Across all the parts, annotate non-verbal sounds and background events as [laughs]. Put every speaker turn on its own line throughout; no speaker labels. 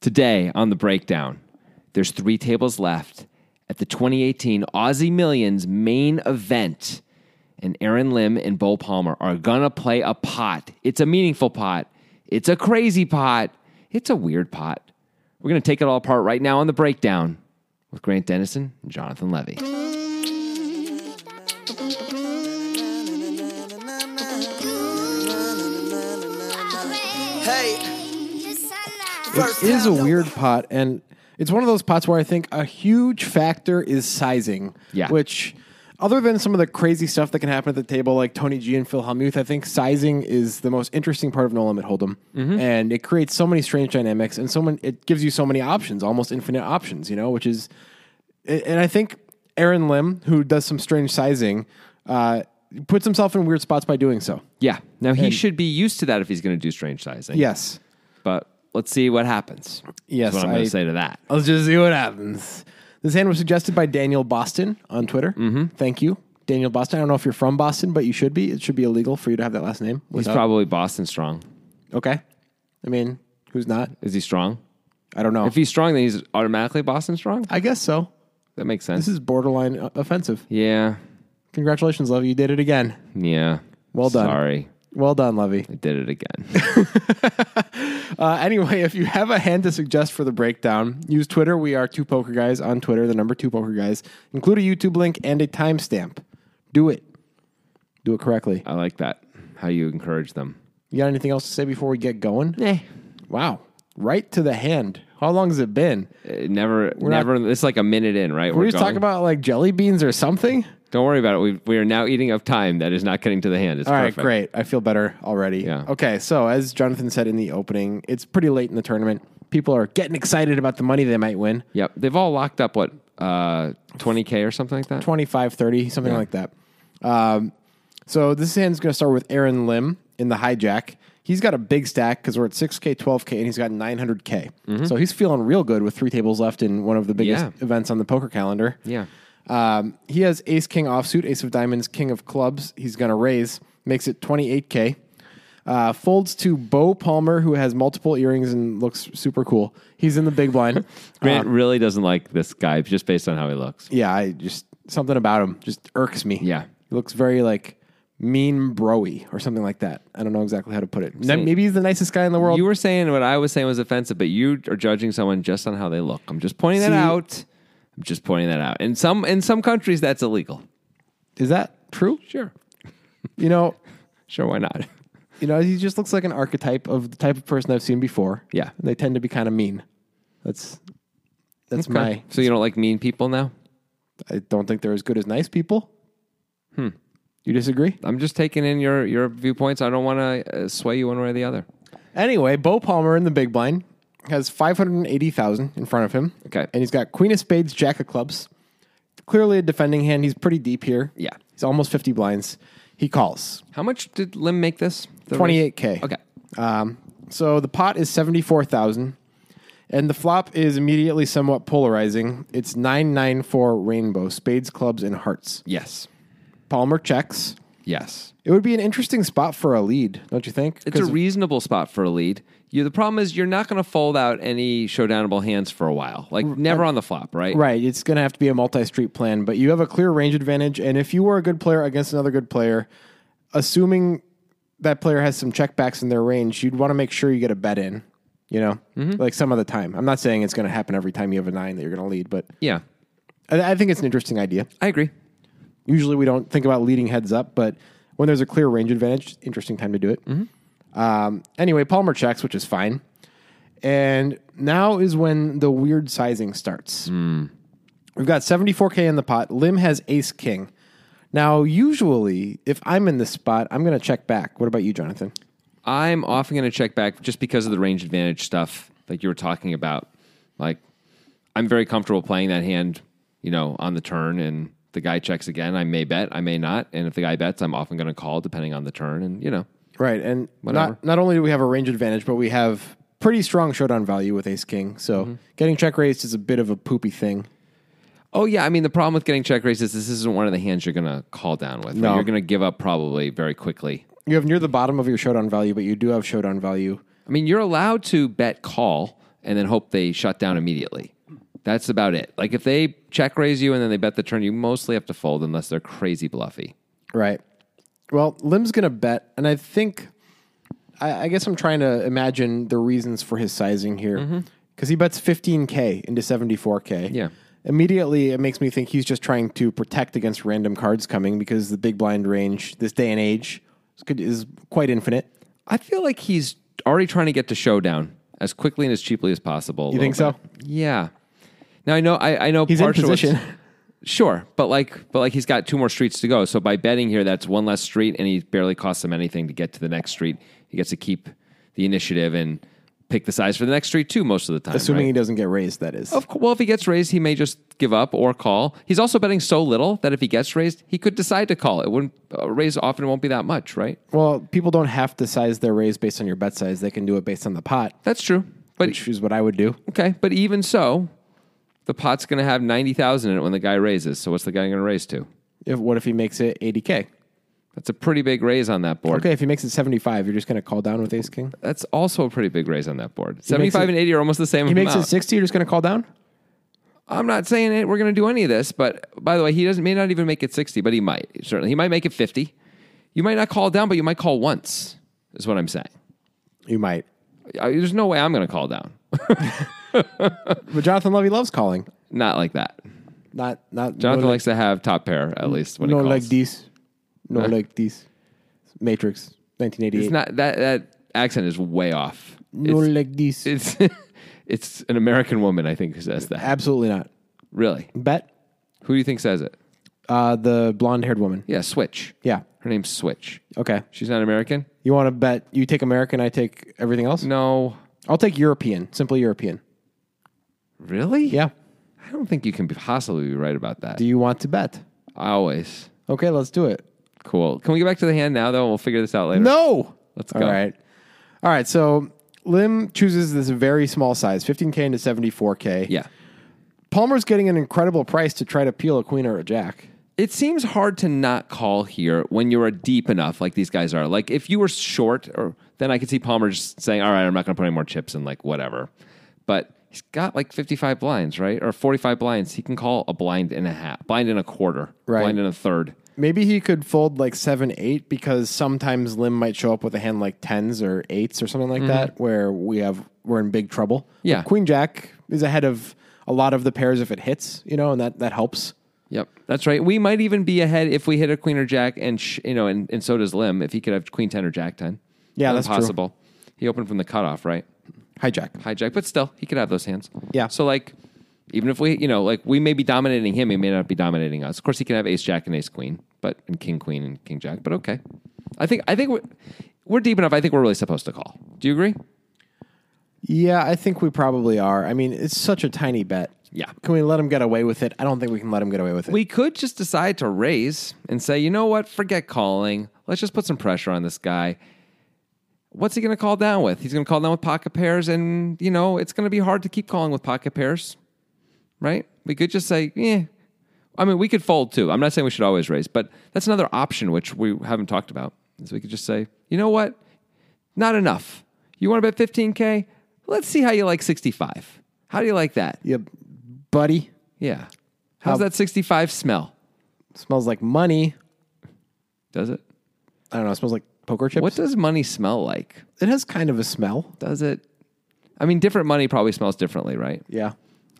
Today on the breakdown, there's three tables left at the 2018 Aussie Millions main event, and Aaron Lim and Bo Palmer are gonna play a pot. It's a meaningful pot. It's a crazy pot. It's a weird pot. We're gonna take it all apart right now on the breakdown with Grant Dennison and Jonathan Levy.
It is a weird pot, and it's one of those pots where I think a huge factor is sizing.
Yeah.
Which, other than some of the crazy stuff that can happen at the table, like Tony G and Phil Hellmuth, I think sizing is the most interesting part of No Limit Hold'em,
Mm-hmm.
and it creates so many strange dynamics, and so many, it gives you so many options, almost infinite options. You know, which is and and I think Aaron Lim, who does some strange sizing, uh, puts himself in weird spots by doing so.
Yeah. Now he should be used to that if he's gonna do strange sizing.
Yes.
But let's see what happens.
Yes,
That's what I'm gonna
I-
say to that.
Let's just see what happens. This hand was suggested by Daniel Boston on Twitter. Mm-hmm. Thank you, Daniel Boston. I don't know if you're from Boston, but you should be. It should be illegal for you to have that last name.
He's
without-
probably Boston strong.
okay. I mean, who's not?
Is he strong?
I don't know.
If he's strong, then he's automatically Boston strong.
I guess so.
That makes
This
sense.
[laughs] is borderline uh, offensive.
yeah,
Congratulations, Levy. You did it again.
yeah.
Well done.
Sorry,
Well done, Levy.
I did it again.
Uh, anyway, [laughs] if you have a hand to suggest for the breakdown, use Twitter. We are two poker guys on Twitter, the number two poker guys. Include a YouTube link and a timestamp. Do it. Do it correctly.
I like that. How you encourage them?
You got anything else to say before we get going?
Eh.
Wow. Right to the hand. How long has it been?
It Uh, never,
not-
never. it's like a minute in, right?
We're just talking about like jelly beans or something?
Don't worry about it. We we are now eating up time that is not getting to the hand. It's
All right,
perfect.
great. I feel better already.
Yeah.
Okay, so as Jonathan said in the opening, it's pretty late in the tournament. People are getting excited about the money they might win
Yep, they've all locked up what uh twenty k or something like that.
25, 30, something like that. Um, so this hand's going to start with Aaron Lim in the hijack. He's got a big stack because we're at 6K, 12K, and he's got 900K. So he's feeling real good with three tables left in one of the biggest
Mm-hmm. Yeah.
events on the poker calendar.
Yeah.
Um, he has ace king offsuit, ace of diamonds, king of clubs. He's going to raise, makes it 28K. Uh, folds to Bo Palmer, who has multiple earrings and looks super cool. He's in the
[laughs]
big blind.
Grant
uh,
really doesn't like this guy just based on how he looks.
Yeah, I just something about him just irks me.
Yeah.
he looks very like mean broy or something like that. I don't know exactly how to put it. Ne-
Saying-
Maybe he's the nicest guy in the world.
You were saying what I was saying was offensive, but you are judging someone just on how they look. I'm just pointing that
See-
out. I'm just pointing that out. In some in some countries, that's illegal.
Is that true?
Sure,
You know,
sure, why not?
you know, he just looks like an archetype of the type of person I've seen before.
Yeah.
they tend to be kind of mean. That's that's my.
So you don't like mean people now?
I don't think they're as good as nice people. Hmm. You disagree?
I'm just taking in your your viewpoints. I don't want to uh, sway you one way or the other.
Anyway, Bo Palmer in the big blind has 580,000 in front of him.
Okay.
And he's got queen of spades, jack of clubs. Clearly a defending hand. He's pretty deep here.
Yeah.
He's almost 50 blinds. He calls
How much did Lim make this? The
28K.
Okay.
Um, so the pot is 74,000. And the flop is immediately somewhat polarizing. It's 994 rainbow, spades, clubs, and hearts.
Yes.
Palmer checks.
Yes.
It would be an interesting spot for a lead, don't you think?
It's a reasonable spot for a lead. You, the problem is you're not going to fold out any showdownable hands for a while. Like never on the flop, right?
uh, Right. It's going to have to be a multi street plan, but you have a clear range advantage. And if you were a good player against another good player, assuming that player has some checkbacks in their range, you'd want to make sure you get a bet in, you know, like some of the time. I'm not saying it's going to happen every time you have a nine that you're going to lead, but
Yeah.
I, I think it's an interesting idea.
I agree.
Usually we don't think about leading heads up, but when there's a clear range advantage, interesting time to do it. Um, anyway, Palmer checks, which is fine. And now is when the weird sizing starts. We've got 74K in the pot. Lim has ace king. Now, usually, if I'm in this spot, I'm going to check back. What about you, Jonathan?
I'm often going to check back just because of the range advantage stuff like you were talking about. Like, I'm very comfortable playing that hand, you know, on the turn, and the guy checks again. I may bet, I may not. And if the guy bets, I'm often going to call depending on the turn. And, you know,
Right. And
Whatever.
not, not only do we have a range advantage, but we have pretty strong showdown value with ace king. So getting check raised is a bit of a poopy thing.
oh, yeah. I mean, the problem with getting check raised is this isn't one of the hands you're going to call down with.
No.
You're going to give up probably very quickly.
You have near the bottom of your showdown value, but you do have showdown value.
I mean, you're allowed to bet call and then hope they shut down immediately. That's about it. Like if they check raise you and then they bet the turn, you mostly have to fold unless they're crazy bluffy.
Right. Well, Lim's going to bet, and I think, I, I guess I'm trying to imagine the reasons for his sizing here, because he bets 15k into 74k.
Mm-hmm. Yeah.
Immediately, it makes me think he's just trying to protect against random cards coming because the big blind range this day and age is, good, is quite infinite.
I feel like he's already trying to get to showdown as quickly and as cheaply as possible. a
You think
little
so?
bit. Yeah. Now I know I, I know
He's in
partial-
position.
Sure, but like but like he's got two more streets to go. So by betting here, that's one less street, and he barely costs him anything to get to the next street. He gets to keep the initiative and pick the size for the next street too most of the time.
Assuming
right?
he doesn't get raised, that is.
Of course, well, if he gets raised, he may just give up or call. He's also betting so little that if he gets raised, he could decide to call. It wouldn't uh, raise often won't be that much, right?
Well, people don't have to size their raise based on your bet size. They can do it based on the pot,
That's true. But
which is what I would do.
okay, but even so, the pot's going to have ninety thousand in it when the guy raises. So what's the guy going to raise to?
If What if he makes it 80k?
That's a pretty big raise on that board.
Okay, if he makes it 75, you're just going to call down with ace king?
That's also a pretty big raise on that board. Seventy-five
it-
and eighty are almost the same
He makes
amount.
it 60, you're just going to call down?
I'm not saying it, we're going to do any of this, but by the way, he doesn't may not even make it 60, but he might. Certainly, he might make it 50. You might not call down, but you might call once. Is what I'm saying.
You might.
I, there's no way I'm going to call down. [laughs]
But Jonathan Levy loves calling.
Not like that.
Not not
Jonathan
no
likes to have top pair at least when
like, no
he calls.
like this. No like this. Matrix
It's
1988.
not that that accent is way off.
no
it's
like this.
it's, [laughs] it's an American woman I think who says that.
Absolutely not.
Really?
Bet
Who do you think says it?
uh, the blonde-haired woman.
Yeah, Switch.
Yeah.
Her name's Switch.
Okay.
She's not American?
You want to bet you take American, I take everything else?
No.
I'll take European, simply European.
Really?
Yeah.
I don't think you can be- possibly be right about that.
Do you want to bet?
I always.
Okay, let's do it.
Cool. Can we get back to the hand now, though? We'll figure this out later.
No.
Let's go.
All right. All right. So Lim chooses this very small size, 15K into 74K.
Yeah.
Palmer's getting an incredible price to try to peel a queen or a jack.
It seems hard to not call here when you are deep enough, like these guys are. Like if you were short, or then I could see Palmer just saying, "All right, I'm not going to put any more chips in, like whatever." But he's got like 55 blinds, right, or 45 blinds. He can call a blind and a half, blind and a quarter,
Right.
blind and a third.
Maybe he could fold like seven, eight, because sometimes Lim might show up with a hand like tens or eights or something like that, where we have we're in big trouble.
Mm-hmm. Yeah.
But Queen Jack is ahead of a lot of the pairs if it hits, you know, and that that helps.
Yep, that's right. We might even be ahead if we hit a queen or jack, and sh- you know, and, and so does Lim if he could have queen ten or jack ten.
Yeah, that's true.
possible. He opened from the cutoff, right?
Hijack.
hijack, but still, he could have those hands.
Yeah.
So like, even if we, you know, like we may be dominating him, he may not be dominating us. Of course, he can have ace jack and ace queen, but and king queen and king jack. But okay, I think I think we're, we're deep enough. I think we're really supposed to call. Do you agree?
Yeah, I think we probably are. I mean, it's such a tiny bet.
Yeah.
Can we let him get away with it? I don't think we can let him get away with it.
We could just decide to raise and say, you know what, forget calling. Let's just put some pressure on this guy. What's he going to call down with? He's going to call down with pocket pairs, and you know it's going to be hard to keep calling with pocket pairs, right? We could just say, yeah. I mean, we could fold too. I'm not saying we should always raise, but that's another option which we haven't talked about. Is we could just say, you know what, not enough. You want to bet 15k? Let's see how you like 65. How do you like that?
yeah, buddy.
Yeah. How's that 65 smell?
Smells like money.
Does it?
I don't know. It smells like poker chips.
What does money smell like?
It has kind of a smell.
Does it? I mean, different money probably smells differently, right?
Yeah.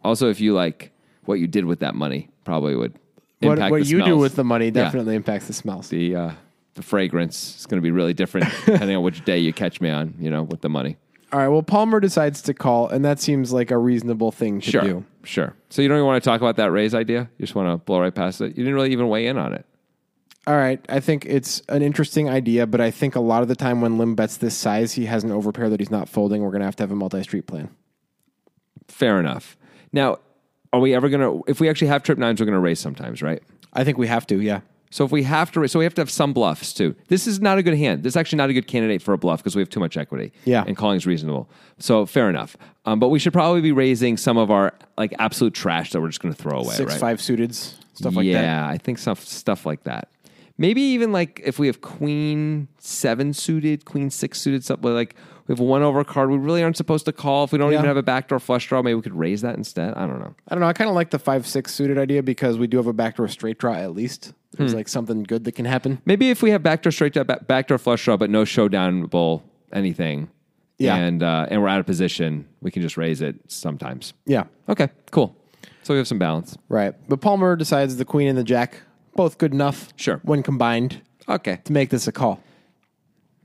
Also, if you like what you did with that money, probably would
What,
impact
what
the
you do
smells.
with the money definitely impacts the smells.
the uh, the fragrance is going to be really
[laughs]
different depending on which day you catch me on. You know, with the money.
All right. Well, Palmer decides to call, and that seems like a reasonable thing to
Sure,
do.
sure. So you don't even want to talk about that raise idea. You just want to blow right past it. You didn't really even weigh in on it.
All right. I think it's an interesting idea, but I think a lot of the time when Lim bets this size, he has an overpair that he's not folding. We're going to have to have a multi street plan.
Fair enough. Now, are we ever going to? If we actually have trip nines, we're going to raise sometimes, right?
I think we have to. Yeah.
So if we have to, so we have to have some bluffs too. This is not a good hand. This is actually not a good candidate for a bluff because we have too much equity.
Yeah.
and calling's reasonable. So fair enough. Um, but we should probably be raising some of our like absolute trash that we're just going to throw away.
Six,
right?
five suiteds, stuff like that.
yeah, I think stuff stuff like that. Maybe even like if we have queen seven suited, queen six suited, something like We have one over card we really aren't supposed to call. If we don't
Yeah.
even have a backdoor flush draw, maybe we could raise that instead. I don't know.
I don't know. I kind of like the five six suited idea because we do have a backdoor straight draw at least.
Hmm.
There's like something good that can happen.
Maybe if we have backdoor straight to back, backdoor flush draw, but no showdown bowl anything.
Yeah.
And uh, and we're out of position, we can just raise it sometimes.
Yeah,
Okay, cool. So we have some balance.
right. But Palmer decides the queen and the jack both good enough.
Sure.
when combined
Okay,
to make this a call.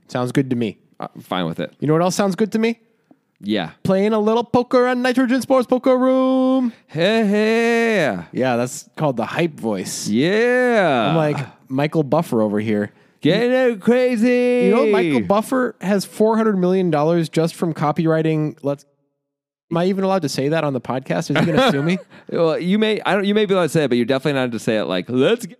Sounds good to me.
I'm fine with it.
You know what else sounds good to me?
Yeah.
Playing a little poker on Nitrogen Sports Poker Room.
Hey, hey.
Yeah, that's called the hype voice.
Yeah.
I'm like Michael Buffer over here.
get out crazy.
You know, Michael Buffer has four hundred million dollars just from copywriting. Let's. Am I even allowed to say that on the podcast? Is he going to
[laughs]
sue me?
Well, you may I don't you may be allowed to say it, but you're definitely not allowed to say it like let's get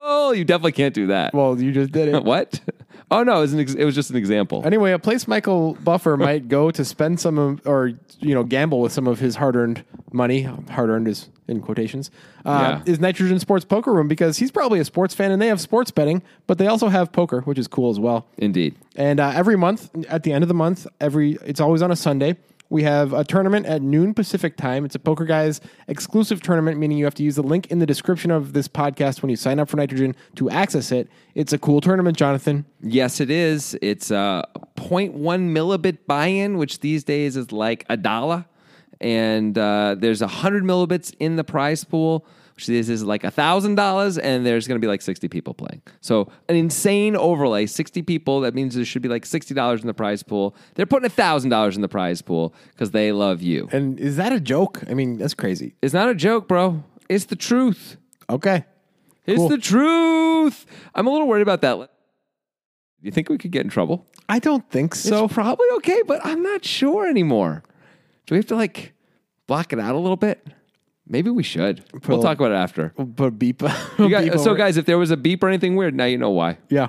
Oh, you definitely can't do that.
Well, you just did
[laughs]
it.
what? [laughs] Oh no, it was, an ex- it was just an example.
Anyway, a place Michael Buffer might go to spend some of, or you know, gamble with some of his hard-earned money. Hard-earned is in quotations. Uh,
Yeah.
Is Nitrogen Sports Poker Room because he's probably a sports fan and they have sports betting, but they also have poker, which is cool as well.
Indeed.
And uh, every month, at the end of the month, every it's always on a Sunday. We have a tournament at noon Pacific time. It's a Poker Guys exclusive tournament, meaning you have to use the link in the description of this podcast when you sign up for Nitrogen to access it. It's a cool tournament, Jonathan.
Yes, it is. It's a 0.1 millibit buy-in, which these days is like a dollar. And uh, there's 100 millibits in the prize pool, which this is like $1,000, and there's going to be like 60 people playing. So an insane overlay, 60 people. That means there should be like $60 in the prize pool. They're putting $1,000 in the prize pool because they love you.
And is that a joke? I mean, that's crazy.
It's not a joke, bro. It's the truth.
Okay.
It's
Cool.
the truth. I'm a little worried about that. Do you think we could get in trouble?
I don't think
So
so.
probably okay, but I'm not sure anymore. Do we have to like block it out a little bit? Maybe we should. We'll
Well,
talk about it after.
[laughs] But beep.
You guys-
beep
so,
over.
guys, if there was a beep or anything weird, now you know why.
Yeah.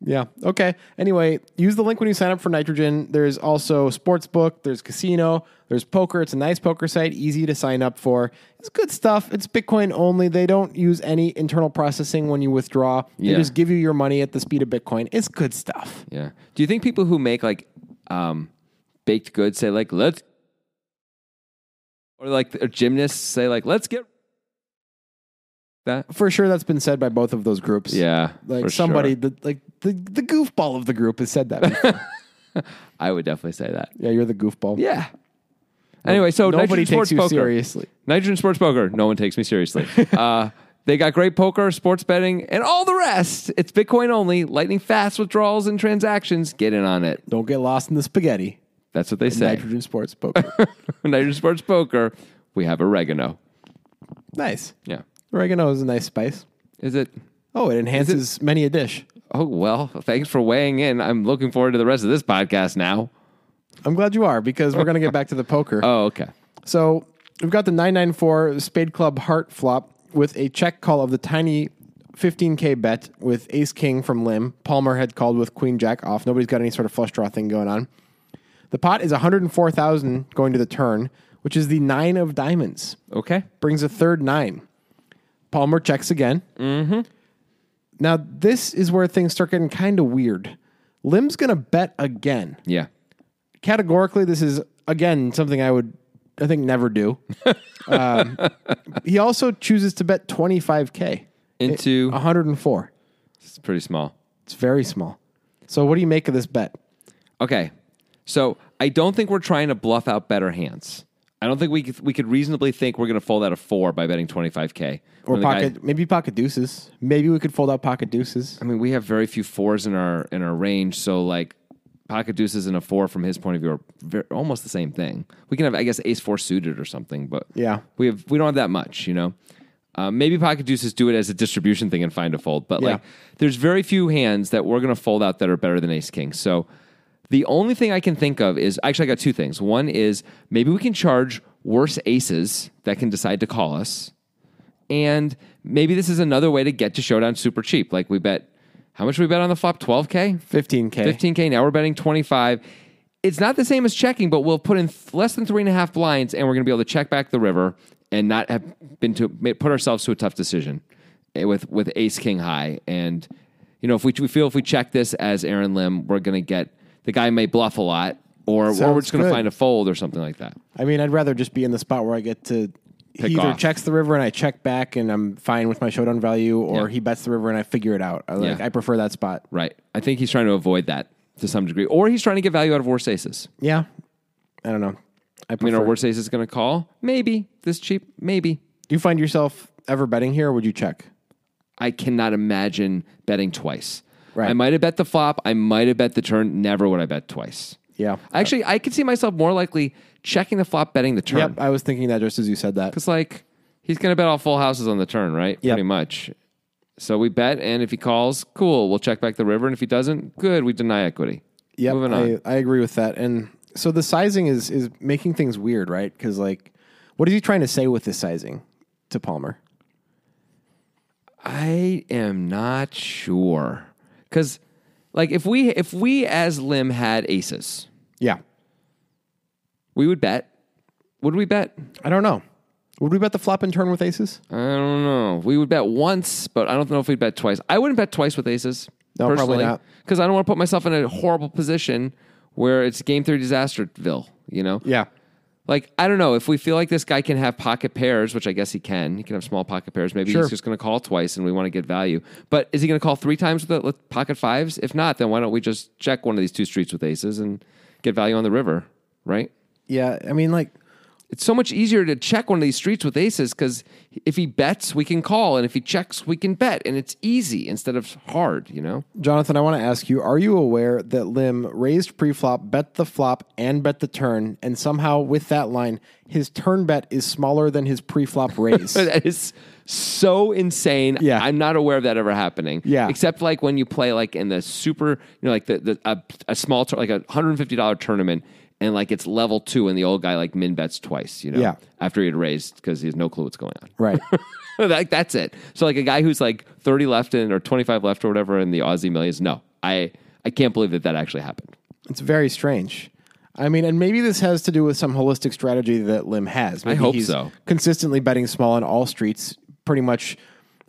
Yeah. Okay. Anyway, use the link when you sign up for Nitrogen. There's also Sportsbook, there's Casino, there's Poker. It's a nice poker site, easy to sign up for. It's good stuff. It's Bitcoin only. They don't use any internal processing when you withdraw, they
Yeah.
just give you your money at the speed of Bitcoin. It's good stuff.
Yeah. Do you think people who make like um, baked goods say like let's, or like or gymnasts say like let's get that?
For sure, that's been said by both of those groups.
Yeah.
Like
for
somebody,
sure.
that like the, the goofball of the group has said [laughs] that. before.
[laughs] I would definitely say that.
yeah, you're the goofball.
Yeah. Anyway, so
Nobody
Nitrogen Sports
takes you
Poker.
seriously.
Nitrogen Sports Poker. No one takes me
[laughs]
seriously. uh, they got great poker, sports betting, and all the rest. It's Bitcoin only, lightning fast withdrawals and transactions. Get in on it.
Don't get lost in the spaghetti.
That's what they say.
Nitrogen Sports Poker.
[laughs] Nitrogen Sports Poker. We have oregano.
nice.
Yeah.
Oregano is a nice spice.
Is it?
Oh, it enhances many a dish.
Oh well. Thanks for weighing in. I'm looking forward to the rest of this podcast now.
I'm glad you are because we're going to get back to the poker.
Oh okay.
so we've got the 994 Spade Club Heart flop with a check call of the tiny 15K bet with Ace King from Lim. Palmer had called with Queen Jack off. Nobody's got any sort of flush draw thing going on. The pot is 104,000 going to the turn, which is the nine of diamonds.
Okay.
brings a third nine. Palmer checks again. Mm-hmm. Now this is where things start getting kind of weird. Lim's gonna bet again.
Yeah.
Categorically, this is again something I would, I think, never do. [laughs] um, he also chooses to bet twenty five k,
Into
one hundred and four.
it's pretty small.
It's very small. So what do you make of this bet?
Okay. So I don't think we're trying to bluff out better hands. I don't think we could, we could reasonably think we're going to fold out a four by betting 25K.
Or
When the guy-
pocket, maybe pocket deuces. Maybe we could fold out pocket deuces.
I mean, we have very few fours in our in our range. So like pocket deuces and a four from his point of view are very, almost the same thing. We can have, I guess, ace four suited or something, but
Yeah.
we have we don't have that much, you know. Uh, maybe pocket deuces do it as a distribution thing and find a fold, but like
Yeah.
there's very few hands that we're going to fold out that are better than ace king. So the only thing I can think of is actually I got two things. One is maybe we can charge worse aces that can decide to call us. And maybe this is another way to get to showdown super cheap. Like we bet, how much we bet on the flop? 12K?
Fifteen k.
15K. Now we're betting 25. It's not the same as checking, but we'll put in th- less than three and a half blinds and we're going to be able to check back the river and not have been to ma- put ourselves to a tough decision eh, with, with ace king high. And, you know, if we, we feel if we check this as Aaron Lim, we're going to get the guy may bluff a lot, or, or we're
Sounds
just going to
good.
find a fold or something like that.
I mean, I'd rather just be in the spot where I get to.
Pick
he either
off.
checks the river and I check back and I'm fine with my showdown value, or
Yeah.
he bets the river and I figure it out. I, like,
Yeah.
I prefer that spot.
Right. I think he's trying to avoid that to some degree, or he's trying to get value out of worst aces.
Yeah, I don't know.
I
I
mean,
prefer.
are worst aces going to call? Maybe this cheap. Maybe
Do you find yourself ever betting here, or would you check?
I cannot imagine betting twice.
Right.
I might have bet the flop. I might have bet the turn. Never would I bet twice.
Yeah.
Actually, I could see myself more likely checking the flop, betting the turn.
Yep, I was thinking that just as you said that.
Because like he's gonna bet all full houses on the turn, right?
Yep.
Pretty much. So we bet, and if he calls, cool. We'll check back the river, and if he doesn't, good. We deny equity.
Yep,
Moving on.
I, I agree with that. And so the sizing is is making things weird, right? Because like, what is he trying to say with this sizing to Palmer?
I am not sure. Because like if we if we as Lim had aces,
Yeah,
we would bet. Would we bet?
I don't know. Would we bet the flop and turn with aces?
I don't know. We would bet once, but I don't know if we'd bet twice. I wouldn't bet twice with aces.
No, probably not.
Because I don't want to put myself in a horrible position where it's game three disasterville, you know?
Yeah,
Like, I don't know. If we feel like this guy can have pocket pairs, which I guess he can, he can have small pocket pairs. Maybe
Sure.
he's just going to call twice and we want to get value. But is he going to call three times with, the, with pocket fives? If not, then why don't we just check one of these two streets with aces and get value on the river, right?
yeah. I mean, like,
It's so much easier to check one of these streets with aces because if he bets, we can call. And if he checks, we can bet. And it's easy instead of hard, you know? [laughs]
Jonathan, I want to ask you: Are you aware that Lim raised pre-flop, bet the flop, and bet the turn, and somehow with that line, his turn bet is smaller than his
[laughs]
pre-flop raise?
That is so insane.
Yeah.
I'm not aware of that ever happening.
Yeah.
Except like when you play like in the super, you know, like the, the a, a small, tour like a $150 tournament and like it's level two and the old guy like min bets twice, you know,
Yeah.
after he had raised because he has no clue what's going on.
right.
[laughs] like that's it. So like a guy who's like 30 left in or 25 left or whatever in the Aussie millions. No, I, I can't believe that that actually happened.
It's very strange. I mean, and maybe this has to do with some holistic strategy that Lim has. Maybe
hope
he's
so.
Consistently betting small on all streets, pretty much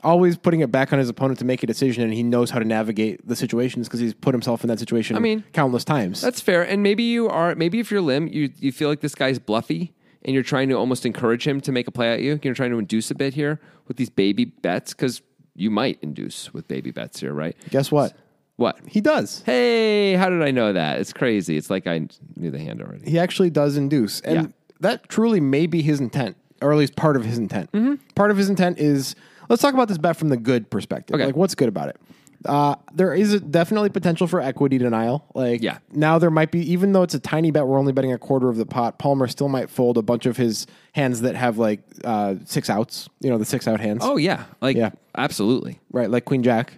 always putting it back on his opponent to make a decision, and he knows how to navigate the situations because he's put himself in that situation. I
mean,
countless times.
That's fair. And maybe you are maybe if you're limb, you you feel like this guy's bluffy and you're trying to almost encourage him to make a play at you. You're trying to induce a bit here with these baby bets cuz you might induce with baby bets here, right?
Guess what?
What?
He does.
Hey, how did I know that? It's crazy. It's like I knew the hand already.
He actually does induce, and
Yeah.
that truly may be his intent, or at least part of his intent.
Mm-hmm.
Part of his intent is let's talk about this bet from the good perspective.
Okay.
Like, what's good about it? Uh, there is a, definitely potential for equity denial. Like,
Yeah.
now there might be, even though it's a tiny bet, we're only betting a quarter of the pot. Palmer still might fold a bunch of his hands that have like uh, six outs. You know, the six out hands,
Oh yeah. Like
Yeah.
absolutely.
right? Like Queen Jack,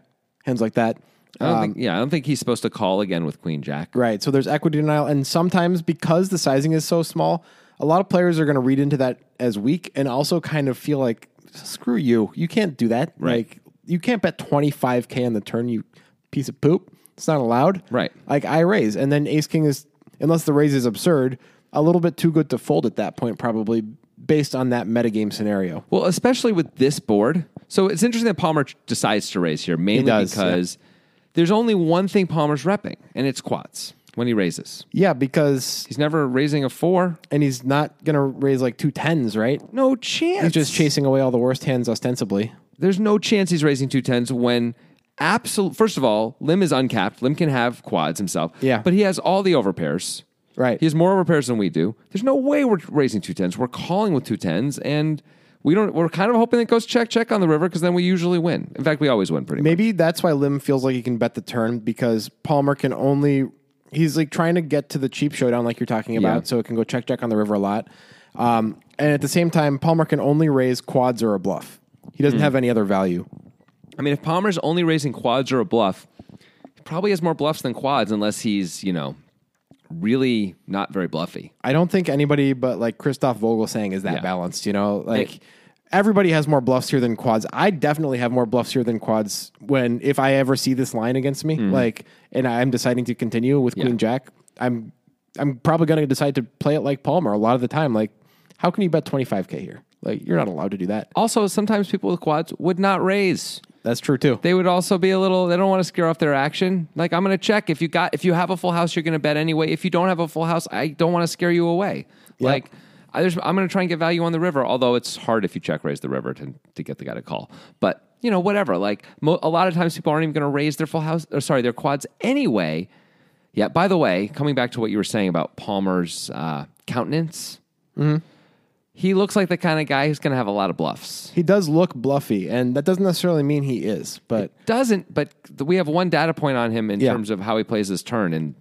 hands like that.
I don't think yeah, I don't think he's supposed to call again with queen jack.
Right. So there's equity denial. And sometimes because the sizing is so small, a lot of players are going to read into that as weak and also kind of feel like, screw you. You can't do that.
Right.
Like, you can't bet 25K on the turn, you piece of poop. It's not allowed.
Right.
Like, I raise. And then ace king is, unless the raise is absurd, a little bit too good to fold at that point, probably based on that metagame scenario.
Well, especially with this board. So it's interesting that Palmer ch- decides to raise here, mainly
does,
because there's only one thing Palmer's repping, and it's quads when he raises.
Yeah, because,
He's never raising a four.
and he's not going to raise like two tens, right?
No chance.
He's just chasing away all the worst hands ostensibly.
There's no chance he's raising two tens when absolute. First of all, Lim is uncapped. Lim can have quads himself.
Yeah.
But he has all the overpairs.
Right.
He has more overpairs than we do. There's no way we're raising two tens. We're calling with two tens, and we don't. We're kind of hoping it goes check check on the river because then we usually win. In fact, we always win pretty much.
Maybe that's why Lim feels like he can bet the turn because Palmer can only he's like trying to get to the cheap showdown like you're talking about,
Yeah.
so it can go check check on the river a lot. Um, and at the same time, Palmer can only raise quads or a bluff. He
Hmm.
doesn't have any other value.
I mean, if Palmer's only raising quads or a bluff, he probably has more bluffs than quads unless he's, you know, really not very bluffy.
I don't think anybody but like Christoph Vogelsang is that
Yeah.
balanced, you know? Like
Hey.
everybody has more bluffs here than quads. I definitely have more bluffs here than quads when if I ever see this line against me, like and I'm deciding to continue with
Mm-hmm. Yeah.
Queen Jack, I'm I'm probably gonna decide to play it like Palmer a lot of the time. Like, how can you bet twenty five K here? Like you're not allowed to do that.
Also, sometimes people with quads would not raise.
That's true too.
They would also be a little. They don't want to scare off their action. Like I'm going to check if you got if you have a full house, you're going to bet anyway. If you don't have a full house, I don't want to scare you away. Like I, there's, I'm going to try and get value on the river. Although it's hard if you check raise the river to to get the guy to call. But you know whatever. Like mo- a lot of times people aren't even going to raise their full house or sorry their quads anyway. Yeah. By the way, coming back to what you were saying about Palmer's uh, countenance, he looks like the kind of guy who's going to have a lot of bluffs.
he does look bluffy, and that doesn't necessarily mean he is. But
doesn't, but th- we have one data point on him in
Yeah.
terms of how he plays his turn, and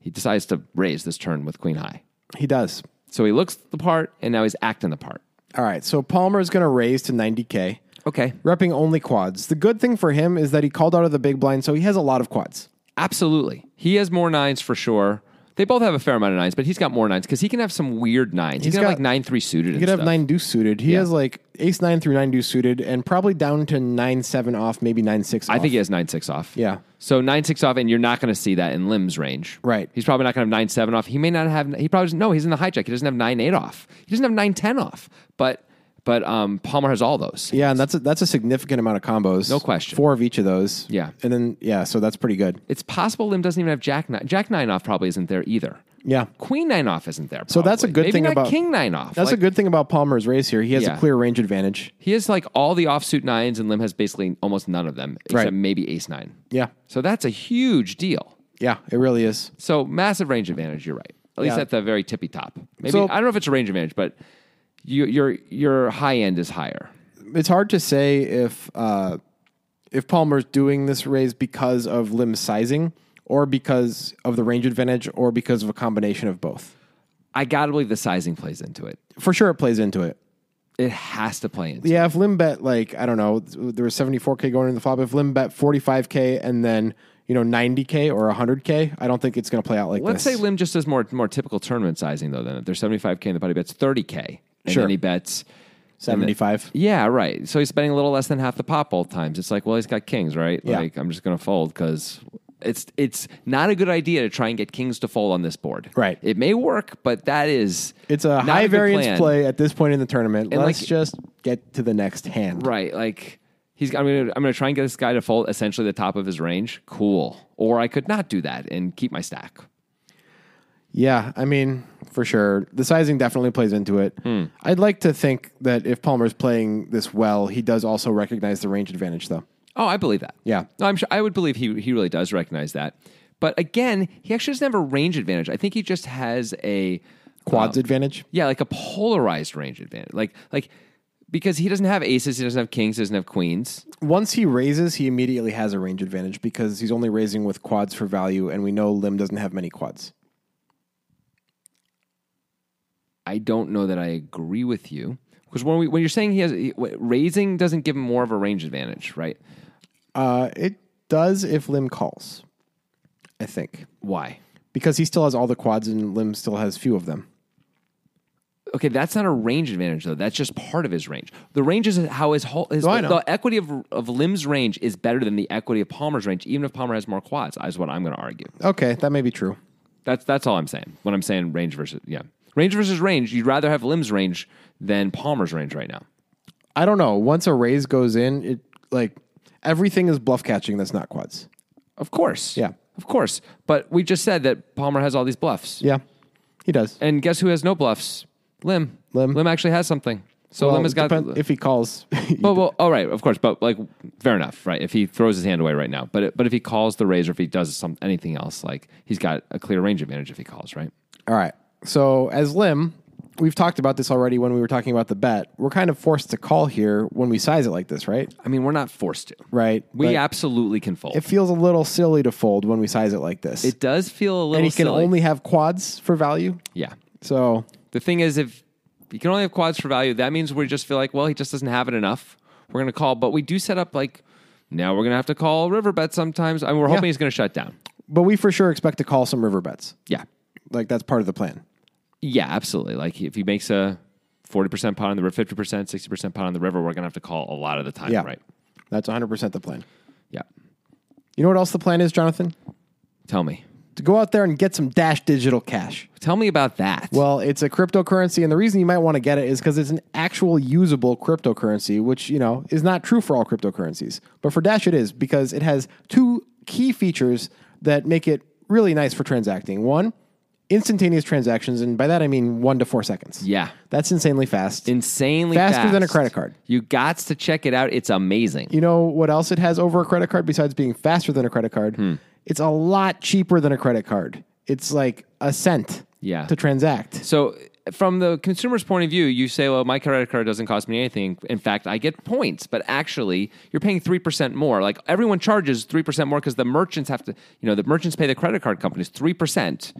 he decides to raise this turn with queen high.
he does.
So he looks the part, and now he's acting the part.
All right. So Palmer is going to raise to 90k,
Okay,
repping only quads. The good thing for him is that he called out of the big blind, so he has a lot of quads.
absolutely. He has more nines for sure. They both have a fair amount of nines, but he's got more nines because he can have some weird nines. He
He's
can have
got-
like nine three suited.
He
and
could have
stuff.
nine deuce suited. He
Yeah.
has like ace nine through nine deuce suited, and probably down to nine seven off, maybe nine six.
I think he has nine six off.
Yeah.
So nine six off, and you're not going to see that in limbs range.
Right.
He's probably not going to have nine seven off. He may not have. He probably doesn't- no. He's in the hijack. He doesn't have nine eight off. He doesn't have nine ten off. But but um, Palmer has all those.
Yeah, and that's a, that's a significant amount of combos.
No question.
Four of each of those.
Yeah.
and then yeah, so that's pretty good.
It's possible Lim doesn't even have Jack nine. Jack nine off probably isn't there either.
Yeah.
Queen nine off isn't there.
So that's a
probably.
good
Maybe
thing
not
about-
King nine off.
That's
Like,
a good thing about Palmer's race here. He has
Yeah.
a clear range advantage.
He has like all the offsuit nines, and Lim has basically almost none of them except
Right.
maybe Ace nine.
Yeah,
So that's a huge deal.
yeah, it really is.
So massive range advantage. You're right. At least
Yeah.
at the very tippy top. Maybe
So-
I don't know if it's a range advantage, but you, your your high end is higher.
It's hard to say if uh, if Palmer's doing this raise because of limb sizing, or because of the range advantage, or because of a combination of both.
I gotta believe the sizing plays into it.
For sure, it plays into it.
It has to play into. it.
Yeah, if Lim bet like I don't know, there was seventy four k going in the flop. If Lim bet forty five k and then you know ninety k or hundred k, I don't think it's going to play out like
Let's
this.
say Lim just does more more typical tournament sizing though. Then if there's 75k and the buddy bets 30k, and
Sure.
then he bets
seventy five.
Yeah, right. So he's spending a little less than half the pot both times. It's like, well, he's got kings, right?
Yeah.
Like, I'm just going to fold because it's it's not a good idea to try and get kings to fold on this board.
Right.
It may work, but that is
It's a
not
high
good
variance
plan.
play at this point in the tournament.
And,
Let's
like-
just get to the next hand.
Right. Like he's I'm going to I'm going to try and get this guy to fold essentially the top of his range. Cool. Or I could not do that and keep my stack.
Yeah, I mean, for sure. The sizing definitely plays into it. I'd like to think that if Palmer's playing this well, he does also recognize the range advantage, though.
Oh, I believe that.
Yeah.
No, I'm sure I would believe he he really does recognize that. But again, he actually doesn't have a range advantage. I think he just has a um,
Quads advantage.
Yeah, like a polarized range advantage. Like like because he doesn't have aces, he doesn't have kings, he doesn't have queens.
Once he raises, he immediately has a range advantage because he's only raising with quads for value, and we know Lim doesn't have many quads.
I don't know that I agree with you because when we, when you're saying he has he- wh- raising doesn't give him more of a range advantage, right?
Uh, it does if Lim calls, I think,
Why?
because he still has all the quads and Lim still has few of them.
Okay, that's not a range advantage though. That's just part of his range. The range is how his whole his,
No, I know.
the equity of of Lim's range is better than the equity of Palmer's range, even if Palmer has more quads. Is what I'm going to argue.
Okay, that may be true.
That's that's all I'm saying. When I'm saying range versus yeah, range versus range, you'd rather have Lim's range than Palmer's range right now.
I don't know. Once a raise goes in, it like everything is bluff catching that's not quads.
Of course.
Yeah.
Of course. But we just said that Palmer has all these bluffs.
Yeah, he does.
And guess who has no bluffs? Lim.
Lim.
Lim actually has something. So
Well,
Lim has got.
depend- if he calls. [laughs]
well, well, all right, of course, but like, fair enough, right? If he throws his hand away right now, but it, but if he calls the raise or if he does some anything else, like he's got a clear range advantage if he calls, right?
All right. So as Lim, we've talked about this already when we were talking about the bet. We're kind of forced to call here when we size it like this, right?
I mean, we're not forced to.
Right.
We
But
absolutely can fold.
it feels a little silly to fold when we size it like this.
it does feel a little.
and he can
silly.
only have quads for value.
Yeah.
So
The thing is, if you can only have quads for value, that means we just feel like, well, he just doesn't have it enough. We're going to call, but we do set up like now we're going to have to call river bet sometimes. I mean, we're hoping
Yeah.
he's going to shut down.
but we for sure expect to call some river bets.
Yeah,
Like that's part of the plan.
yeah, absolutely. Like if he makes a forty percent pot on the river, fifty percent, sixty percent pot on the river, we're going to have to call a lot of the time,
Yeah.
right?
That's 100% the plan.
Yeah.
You know what else the plan is, Jonathan?
Tell me,
to go out there and get some Dash Digital Cash.
Tell me about that.
Well, it's a cryptocurrency, and the reason you might want to get it is because it's an actual usable cryptocurrency, which you know is not true for all cryptocurrencies, but for Dash it is because it has two key features that make it really nice for transacting. One, instantaneous transactions, and by that I mean one to four seconds.
Yeah.
that's insanely fast.
insanely
faster than a
fast.
credit card.
You got to check it out. It's amazing.
You know what else it has over a credit card besides being faster than a credit card?
Hmm.
It's a lot cheaper than a credit card. It's like a cent
Yeah.
to transact.
So, from the consumer's point of view, you say, well, my credit card doesn't cost me anything. In fact, I get points, but actually, you're paying 3% more. Like everyone charges 3% more because the merchants have to, you know, the merchants pay the credit card companies 3%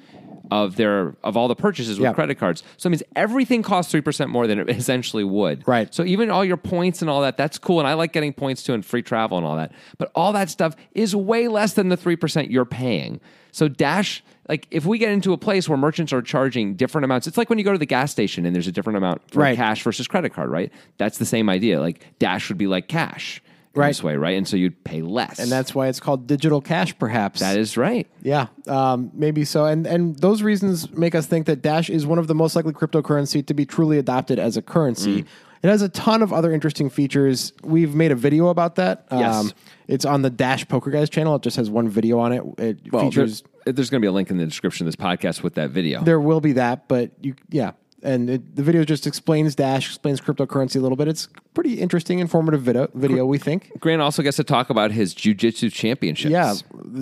of their of all the purchases with
Yeah.
credit cards. So it means everything costs 3% more than it [laughs] essentially would.
Right.
So even all your points and all that, that's cool and I like getting points too and free travel and all that. But all that stuff is way less than the 3% you're paying. So Dash like if we get into a place where merchants are charging different amounts, it's like when you go to the gas station and there's a different amount for
Right.
cash versus credit card, right? That's the same idea. Like Dash would be like cash in
Right.
this way, right? And so you'd pay less.
And that's why it's called digital cash, perhaps.
that is right.
yeah, um, maybe so. And and those reasons make us think that Dash is one of the most likely cryptocurrency to be truly adopted as a currency.
Mm.
It has a ton of other interesting features. We've made a video about that. Um,
Yes.
it's on the Dash Poker Guys channel. It just has one video on it. It
Well,
features.
there's, there's going to be a link in the description of this podcast with that video.
There will be that, but you, yeah. And it, the video just explains Dash, explains cryptocurrency a little bit. It's pretty interesting, informative video, video we think.
Grant also gets to talk about his jujitsu championships.
Yeah,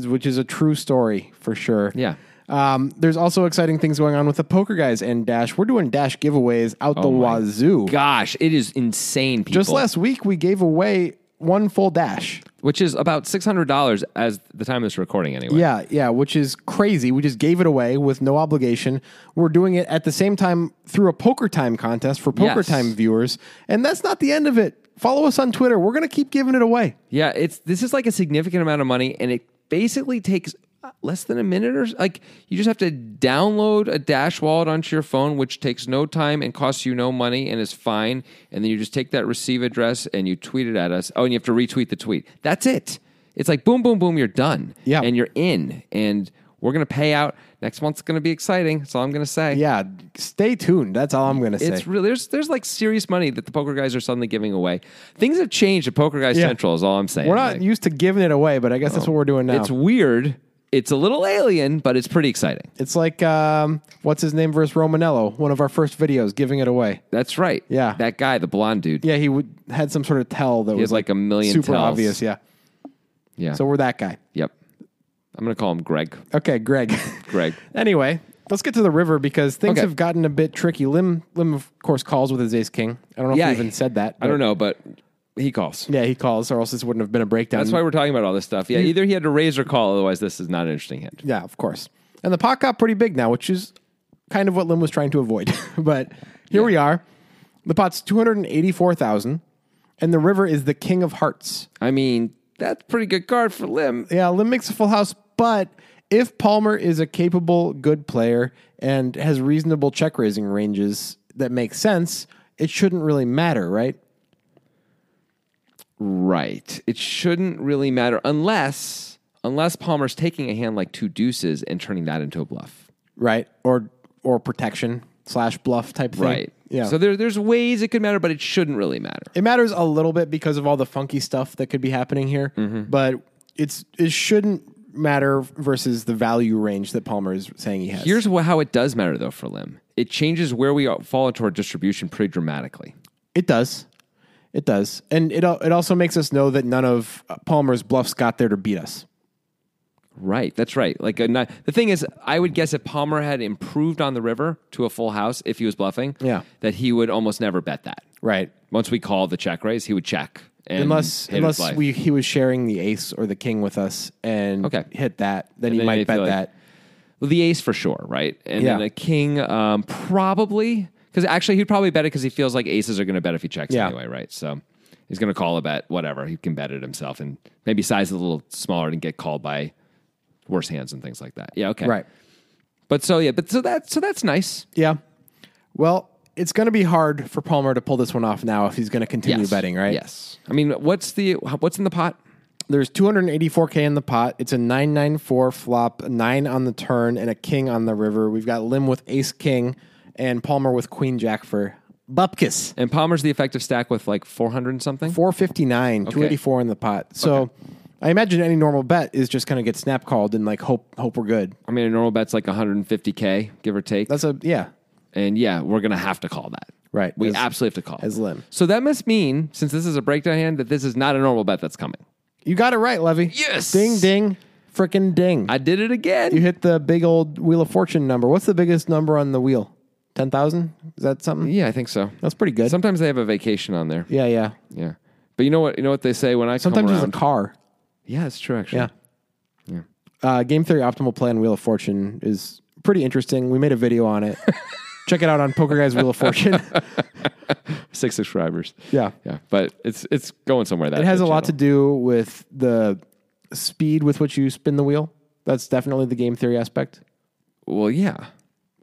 which is a true story for sure.
Yeah.
Um, there's also exciting things going on with the poker guys and Dash. We're doing Dash giveaways out
Oh
the wazoo.
Gosh, it is insane, people.
Just last week, we gave away one full Dash.
which is about six hundred dollars as the time of this recording, anyway.
Yeah, yeah, which is crazy. We just gave it away with no obligation. We're doing it at the same time through a poker time contest for poker
Yes.
time viewers. And that's not the end of it. Follow us on Twitter. We're going to keep giving it away.
Yeah, it's this is like a significant amount of money, and it basically takes uh, less than a minute or s- like you just have to download a Dash wallet onto your phone, which takes no time and costs you no money and is fine. And then you just take that receive address and you tweet it at us. Oh, and you have to retweet the tweet. That's it. It's like boom, boom, boom. You're done.
Yeah.
and you're in. And we're gonna pay out next month's gonna be exciting. That's all I'm gonna say.
Yeah, stay tuned. That's all I'm going to say.
It's real. There's there's like serious money that the poker guys are suddenly giving away. Things have changed at Poker Guys
Yeah.
Central. Is all I'm saying.
we're not
Like-
used to giving it away, but I guess that's what we're doing now.
It's weird. It's a little alien, but it's pretty exciting.
It's like um, what's his name versus Romanello, one of our first videos, giving it away.
That's right.
Yeah.
That guy, the blonde dude.
Yeah, he would, had some sort of tell that was
had like a million
super
tells.
obvious. Yeah,
Yeah.
so we're that guy.
yep. I'm going to call him Greg.
Okay, Greg.
[laughs] Greg.
anyway, let's get to the river because things
Okay.
have gotten a bit tricky. Lim, Lim of course calls with his ace king. I don't know
Yeah,
if he even said that.
I don't know, but he calls.
Yeah, he calls, or else this wouldn't have been a breakdown.
That's why we're talking about all this stuff. Yeah. Either he had to raise or call, otherwise, this is not an interesting hint.
Yeah, of course. And the pot got pretty big now, which is kind of what Lim was trying to avoid. [laughs] but here we are. The pot's two hundred and eighty-four thousand, and the river is the king of hearts.
I mean, that's a pretty good card for Lim.
Yeah, Lim makes a full house, but if Palmer is a capable, good player and has reasonable check raising ranges that make sense, it shouldn't really matter, right?
Right. It shouldn't really matter unless unless Palmer's taking a hand like two deuces and turning that into a bluff.
Right? Or or protection slash bluff type thing.
Right.
Yeah.
So there, there's ways it could matter, but it shouldn't really matter.
it matters a little bit because of all the funky stuff that could be happening here,
Mm-hmm.
but it's it shouldn't matter versus the value range that Palmer is saying he has.
Here's wh- how it does matter, though, for Lim. It changes where we are- fall into our distribution pretty dramatically.
It does. It does. And it al- it also makes us know that none of uh, Palmer's bluffs got there to beat us.
Right, that's right. Like a, ni- the thing is, I would guess if Palmer had improved on the river to a full house, if he was bluffing,
Yeah.
that he would almost never bet that.
Right.
Once we call the check raise, he would check and
unless
hit his
unless
life.
we he was sharing the ace or the king with us and
Okay.
hit that, then
And
he
then
might
you
bet
feel like-
that.
Well, the ace for sure, right? And
Yeah.
then a king, um, probably because actually he'd probably bet it because he feels like aces are going to bet if he checks
Yeah.
anyway, right? So he's going to call a bet, whatever. He can bet it himself and maybe size it a little smaller and get called by worse hands and things like that. Yeah, okay,
Right.
But so yeah, but so that so that's nice.
Yeah. Well, it's going to be hard for Palmer to pull this one off now if he's going to continue
Yes.
betting, right?
Yes. I mean, what's the what's in the pot?
There's 284K in the pot. It's a 994 flop, a 9 on the turn, and a king on the river. We've got Lim with ace king and Palmer with queen jack for Bupkis.
And Palmer's the effective stack with like 400 and something.
459, 284 in the pot. So I imagine any normal bet is just going to get snap called and like hope hope we're good.
I mean, a normal bet's like 150K, give or take.
That's a, yeah,
and yeah, we're going to have to call that.
Right,
We
as-
absolutely have to call
as Lim.
So that must mean, since this is a breakdown hand, that this is not a normal bet that's coming.
You got it right, Levy.
Yes!
Ding, ding, frickin' ding.
I did it again.
you hit the big old Wheel of Fortune number. What's the biggest number on the wheel? 10,000? Is that something?
yeah, I think so.
That's pretty good.
Sometimes they have a vacation on there.
yeah, yeah.
Yeah. But you know what? You know what they say when I
Sometimes
come
there's
around.
a car.
yeah, it's true actually.
Yeah. Uh, Game Theory Optimal Play on Wheel of Fortune is pretty interesting. We made a video
[laughs]
on it. Check it out on Poker Guys Wheel of Fortune.
Six subscribers.
Yeah.
Yeah. But it's it's going somewhere. That
it has a
that
lot to
channel.
do with the speed with which you spin the wheel. That's definitely the game theory aspect.
Well, yeah.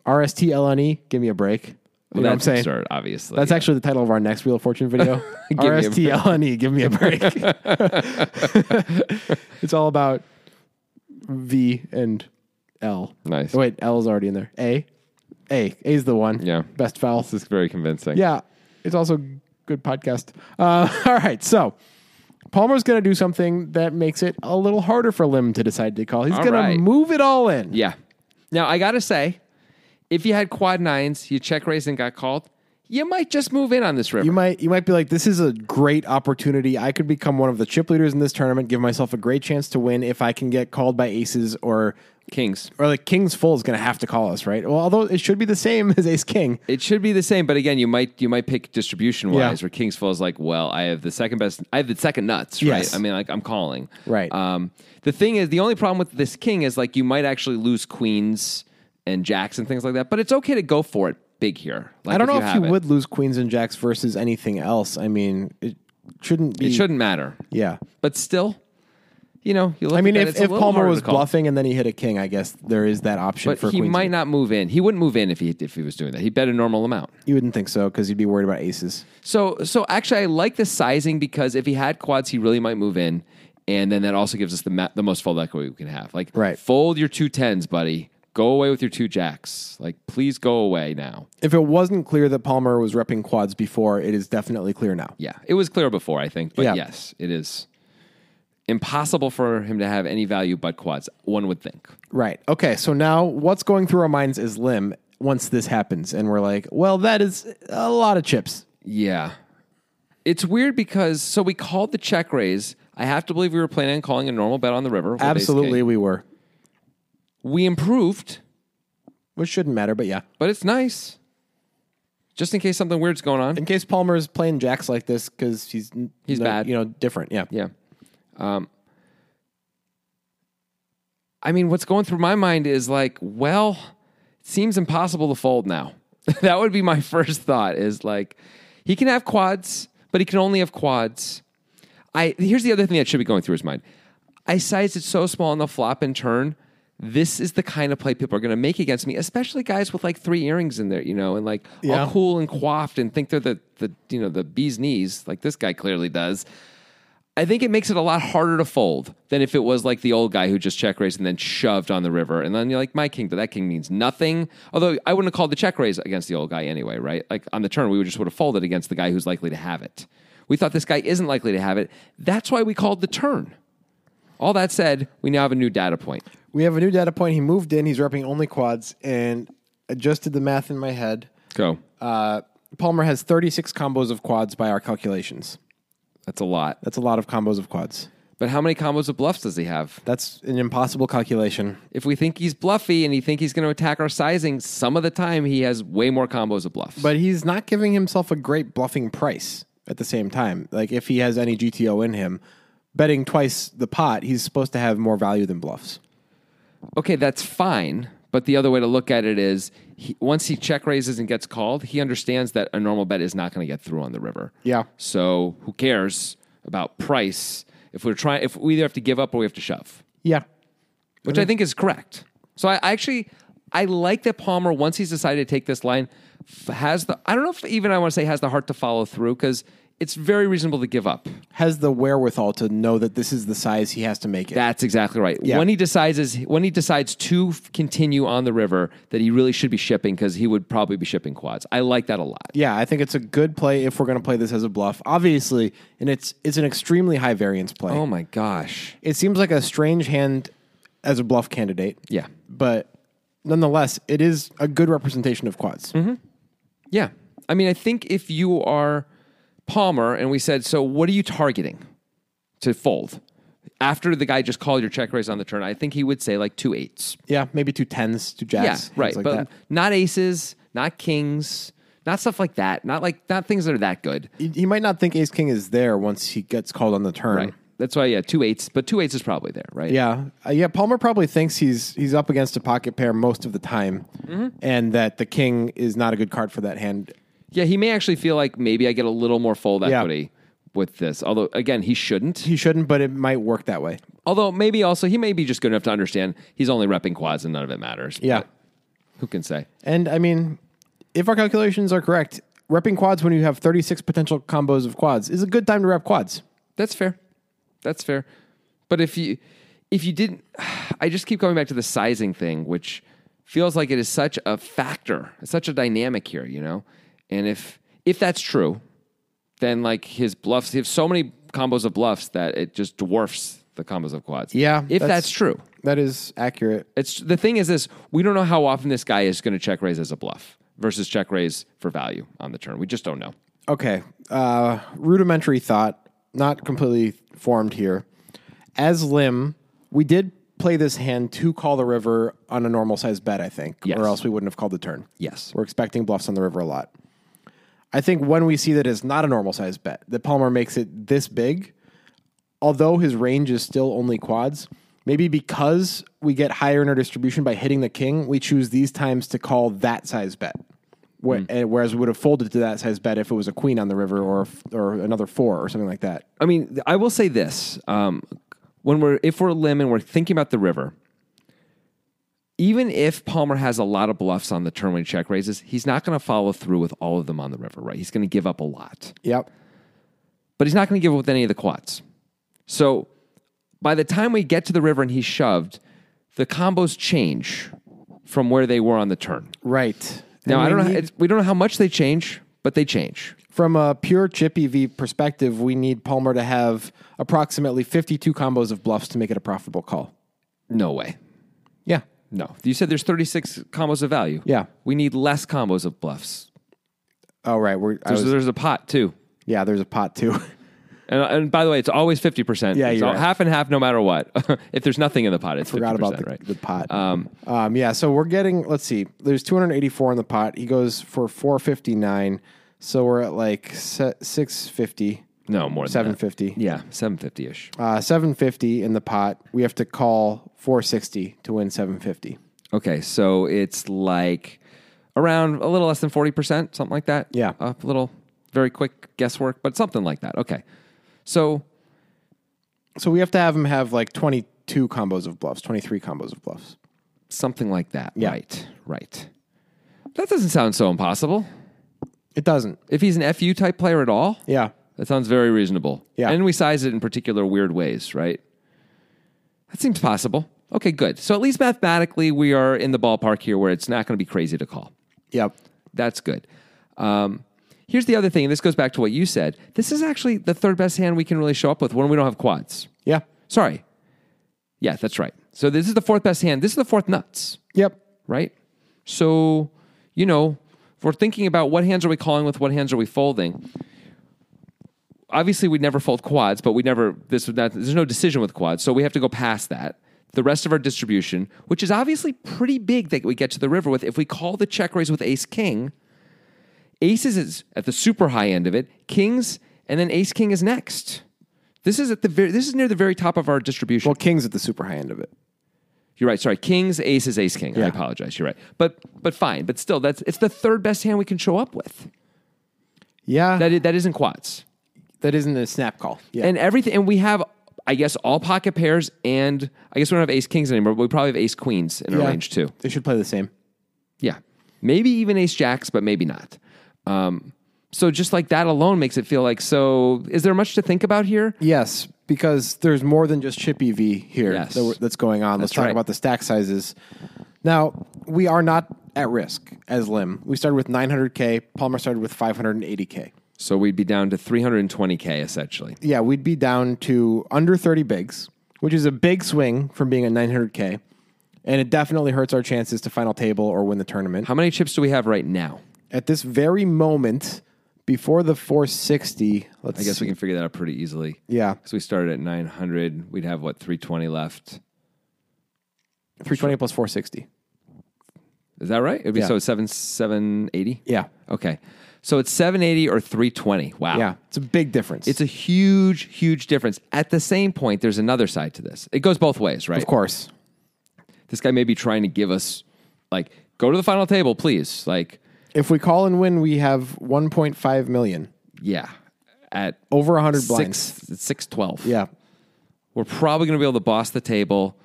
RST LNE, E, give me a break. You know
Well,
what I'm
that's
saying?
absurd, obviously.
That's
yeah.
actually the title of our next Wheel of Fortune video.
[laughs] me
[laughs]
a
RST LNE, E, give me
[laughs]
a break. [laughs] it's all about V and L.
Nice.
Oh, wait, L is already in there. A. A. A is the one.
Yeah.
Best foul.
This is very convincing.
Yeah. It's also good podcast. Uh, [laughs] all right. So Palmer's going to do something that makes it a little harder for Lim to decide to call. He's
All
going
right.
to move it all in.
Yeah. Now I gotta say, if you had quad nines, you check raised and got called, you might just move in on this river.
You might you might be like, this is a great opportunity. I could become one of the chip leaders in this tournament, give myself a great chance to win if I can get called by aces or
Kings.
or like King's full is going to have to call us, right? Well, although it should be the same [laughs] as Ace King.
It should be the same, but again, you might you might pick distribution wise
Yeah.
where Kings Full is like, well, I have the second best, I have the second nuts, right?
Yes.
I mean, like I'm calling,
Right.
Um, the thing is, the only problem with this King is like you might actually lose Queens and Jacks and things like that, but it's okay to go for it big here. Like,
I don't know if you
have it.
would lose Queens and Jacks versus anything else. I mean, it shouldn't be.
It shouldn't matter,
Yeah.
but still, you know, you look
I mean,
at that,
if,
it's a
if
little
Palmer
harder
was
to call.
bluffing and then he hit a king, I guess there is that option
But
for
he
queens.
might not move in. He wouldn't move in if he if he was doing that. He would bet a normal amount.
You wouldn't think so because you'd be worried about aces.
So so actually, I like the sizing because if he had quads, he really might move in, and then that also gives us the ma- the most fold equity we can have. Like
Right.
fold your two tens, buddy. Go away with your two jacks. Like please go away now.
If it wasn't clear that Palmer was repping quads before, it is definitely clear now.
Yeah, it was clear before I think, but
Yeah.
yes, it is impossible for him to have any value but quads. One would think.
Right. Okay. So now what's going through our minds is Lim once this happens. And we're like, well, that is a lot of chips.
Yeah. It's weird because so we called the check raise. I have to believe we were planning on calling a normal bet on the river. with ace
Absolutely,
king.
we were.
We improved,
Which shouldn't matter, but yeah.
but it's nice. Just in case something weird's going on.
In case Palmer's playing jacks like this because he's
He's
no-
bad.
you know, different. Yeah.
Yeah. Um, I mean, what's going through my mind is like, well, it seems impossible to fold now. [laughs] that would be my [laughs] first thought is like, he can have quads, but he can only have quads. I here's the other thing that should be going through his mind. I sized it so small on the flop and turn. This is the kind of play people are going to make against me, especially guys with like three earrings in there, you know, and like
Yeah.
all cool and coiffed and think they're the the you know the bee's knees, like this guy clearly does. I think it makes it a lot harder to fold than if it was like the old guy who just check raised and then shoved on the river. And then you're like, my king, that king means nothing. Although I wouldn't have called the check raise against the old guy anyway, right? Like on the turn, we would just would have folded against the guy who's likely to have it. We thought this guy isn't likely to have it. That's why we called the turn. All that said, we now have a new data point.
We have a new data point. He moved in. He's repping only quads and adjusted the math in my head.
Go.
Uh, Palmer has 36 combos of quads by our calculations.
That's a lot.
That's a lot of combos of quads.
But how many combos of bluffs does he have?
That's an impossible calculation.
If we think he's bluffy and he think he's going to attack our sizing, some of the time he has way more combos of bluffs.
But he's not giving himself a great bluffing price at the same time. Like if he has any GTO in him, betting twice the pot, he's supposed to have more value than bluffs.
okay, that's fine. But the other way to look at it is he, once he check raises and gets called, he understands that a normal bet is not going to get through on the river.
Yeah.
So who cares about price if we're trying, if we either have to give up or we have to shove,
Yeah.
which I think is correct. So I, I actually, I like that Palmer, once he's decided to take this line, f- has the, I don't know if even I want to say has the heart to follow through because it's very reasonable to give up.
Has the wherewithal to know that this is the size he has to make it.
That's exactly right.
Yeah.
When he decides is when he decides to f- continue on the river, that he really should be shipping because he would probably be shipping quads. I like that a lot.
yeah, I think it's a good play if we're going to play this as a bluff. Obviously, and it's it's an extremely high variance play.
Oh my gosh!
It seems like a strange hand as a bluff candidate.
Yeah.
But nonetheless, it is a good representation of quads.
Mm-hmm. Yeah. I mean, I think if you are Palmer and we said, so what are you targeting to fold? After the guy just called your check raise on the turn, I think he would say like two eights.
Yeah, maybe two tens, two jacks,
Yeah,
things
right.
like
but
that.
not aces, not kings, not stuff like that. Not like not things that are that good.
He- he might not think ace king is there once he gets called on the turn.
Right. That's why, yeah, two eights, but two eights is probably there, right?
Yeah, uh, yeah. Palmer probably thinks he's he's up against a pocket pair most of the time, and that the king is not a good card for that hand.
Yeah, he may actually feel like maybe I get a little more fold
Yeah.
equity with this. Although again, he shouldn't.
He shouldn't, but it might work that way.
Although maybe also he may be just good enough to understand he's only repping quads and none of it matters.
Yeah,
But who can say?
and I mean, if our calculations are correct, repping quads when you have thirty six potential combos of quads is a good time to rep quads.
That's fair. That's fair. But if you if you didn't [sighs] I just keep going back to the sizing thing, which feels like it is such a factor, it's such a dynamic here, you know? And if if that's true, then like his bluffs, he has so many combos of bluffs that it just dwarfs the combos of quads.
Yeah,
If
that's-
that's true.
That is accurate.
It's the thing is this: we don't know how often this guy is going to check raise as a bluff versus check raise for value on the turn. We just don't know.
Okay. Uh, rudimentary thought, not completely formed here. As Lim, we did play this hand to call the river on a normal size bet, I think,
Yes.
or else we wouldn't have called the turn.
Yes.
We're expecting bluffs on the river a lot. I think when we see that it's not a normal size bet, that Palmer makes it this big, although his range is still only quads, maybe because we get higher in our distribution by hitting the king, we choose these times to call that size bet. Wh-
Hmm.
and Whereas we would have folded to that size bet if it was a queen on the river or or another four or something like that.
I mean, I will say this: um, when we're if we're lim and we're thinking about the river, even if Palmer has a lot of bluffs on the turn when he check raises, he's not going to follow through with all of them on the river, right? He's going to give up a lot,
Yep.
but he's not going to give up with any of the quads. So by the time we get to the river and he's shoved, the combos change from where they were on the turn.
Right.
Now
And
I
we
don't know.
need-
it's, we don't know how much they change, but they change.
From a pure chip EV perspective, we need Palmer to have approximately 52 combos of bluffs to make it a profitable call.
No way.
Yeah.
No. You said there's 36 combos of value.
Yeah.
We need less combos of bluffs.
Oh, right. We're, I
There's,
was-
there's a pot too.
yeah, there's a pot too. [laughs]
And, and by the way, it's always 50%.
Yeah,
It's
you're
all-
right.
half and half no matter what. [laughs] if there's nothing in the pot, it's
Forgot
50%,
about the,
right?
the pot. Um, yeah, so we're getting, let's see, there's 284 in the pot. He goes for 459. So we're at like se- 650,
no, more than
750.
that. Yeah, 750-ish.
Uh, 750 in the pot. We have to call 460 to win 750.
Okay, so it's like around a little less than 40%, something like that.
Yeah.
A little very quick guesswork, but something like that. Okay. So
So we have to have him have like 22 combos of bluffs, 23 combos of bluffs.
something like that. Right. Right. That doesn't sound so impossible.
It doesn't.
If he's an FU type player at all,
Yeah.
that sounds very reasonable.
Yeah.
And we size it in particular weird ways, right? That seems possible. Okay, good. So at least mathematically, we are in the ballpark here where it's not going to be crazy to call.
Yep.
That's good. Um, here's the other thing. This goes back to what you said. This is actually the third best hand we can really show up with when we don't have quads.
Yeah.
Sorry. Yeah, that's right. So this is the fourth best hand. This is the fourth nuts
Yep.
right? So, you know, if we're thinking about what hands are we calling with, what hands are we folding? Obviously, we'd never fold quads, but we never, this would not, there's no decision with quads. So we have to go past that. The rest of our distribution, which is obviously pretty big that we get to the river with, if we call the check raise with ace king, aces is at the super high end of it, kings, and then ace king is next. This is at the very, this is near the very top of our distribution.
Well, king's at the super high end of it.
You're right. Sorry, kings, aces, ace, king. I
Yeah.
apologize. You're right. But but fine. But still, that's it's the third best hand we can show up with.
Yeah.
That i- that isn't quads
that isn't a snap call. Yeah.
and everything. And we have, I guess, all pocket pairs, and I guess we don't have ace kings anymore. But we probably have ace queens in our
Yeah.
range too.
They should play the same.
Yeah, maybe even ace jacks, but maybe not. Um, So just like that alone makes it feel like so. Is there much to think about here?
Yes, because there's more than just chip EV here
Yes.
that we're- that's going on. Let's
That's
talk
right.
about the stack sizes. Now, we are not at risk as Lim. We started with 900K. Palmer started with 580K.
So we'd be down to 320k essentially.
Yeah, we'd be down to under 30 bigs, which is a big swing from being at 900K. And it definitely hurts our chances to final table or win the tournament.
How many chips do we have right now?
At this very moment, before the 460, let's
I guess we can figure that out pretty easily.
Yeah.
Because we started at 900, we'd have what 320 left.
320 plus 460.
Is that right? It'd be
Yeah.
so seven seven eighty.
Yeah.
Okay. So it's 780 or 320. Wow.
Yeah, it's a big difference.
It's a huge, huge difference. At the same point, there's another side to this. It goes both ways, right?
of course.
This guy may be trying to give us, like, go to the final table, please. Like,
If we call and win, we have 1.5 million
yeah, at
over 100 blinds.
six, 612.
Yeah,
We're probably going to be able to boss the table.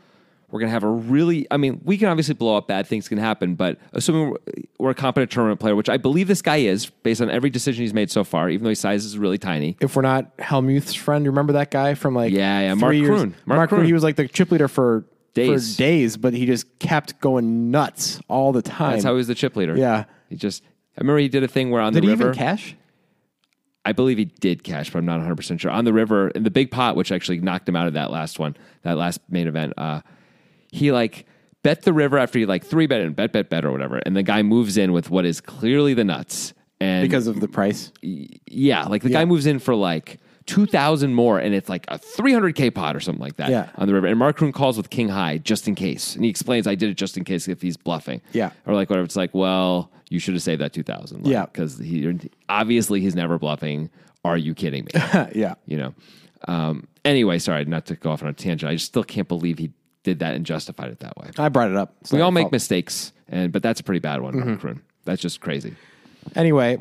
We're going to have a really, I mean, we can obviously blow up, bad things can happen, but assuming we're- we're a competent tournament player, which I believe this guy is based on every decision he's made so far, even though his size is really tiny.
if we're not Helmuth's friend, you remember that guy from like
Yeah, yeah,
three
Mark
years-
Kroon. Mark
Mark, Kroon,
Kroon.
He was like the chip leader for
Days.
for days, but he just kept going nuts all the time.
That's how he was the chip leader.
Yeah.
He just, I remember he did a thing where on
Did
the
he
river.
even cash?
I believe he did cash, but I'm not 100% sure. On the river, in the big pot, which actually knocked him out of that last one, that last main event, uh, he like bet the river after he like three bet and bet, bet, bet or whatever. And the guy moves in with what is clearly the nuts. And
Because of the price.
yeah, like the guy moves in for like 2,000 more and it's like a 300K pot or something like that
Yeah.
on the river. And Mark Kroon calls with King High just in case. And he explains, I did it just in case if he's bluffing.
Yeah.
Or like whatever. It's like, well, you should have saved that 2,000. Like,
Yeah.
Because he, obviously he's never bluffing. Are you kidding
[laughs]
me?
yeah.
you know. Um, anyway, sorry, not to go off on a tangent. I just still can't believe he did that and justified it that way.
I brought it up. It's
We
not
all
your
make
fault.
mistakes, and but that's a pretty bad one, Mark
Mm-hmm.
Kroon. That's just crazy.
Anyway,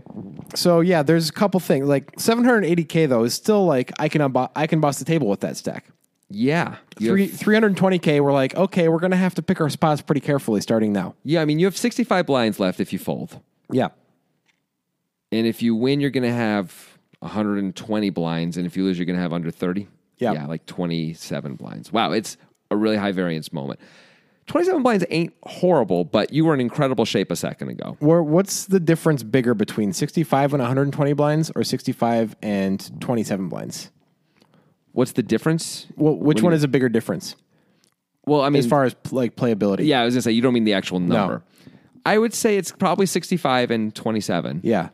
so yeah, there's a couple things. Like 780k though is still like I can unbo- I can boss the table with that stack.
Yeah. You have-
Three, 320k we're like, okay, we're going to have to pick our spots pretty carefully starting now.
yeah, I mean, you have 65 blinds left if you fold.
Yeah.
And if you win, you're going to have 120 blinds. And if you lose, you're going to have under 30.
Yeah.
Yeah, like 27 blinds. Wow, it's a really high variance moment. 27 blinds ain't horrible, but you were in incredible shape a second ago.
Where, what's the difference bigger between 65 and 120 blinds or 65 and 27 blinds?
What's the difference?
Well, which one is a bigger difference
Well, I mean,
as far as like playability?
Yeah, I was gonna say you don't mean the actual number. I would say it's probably sixty-five and twenty-seven.
Yeah.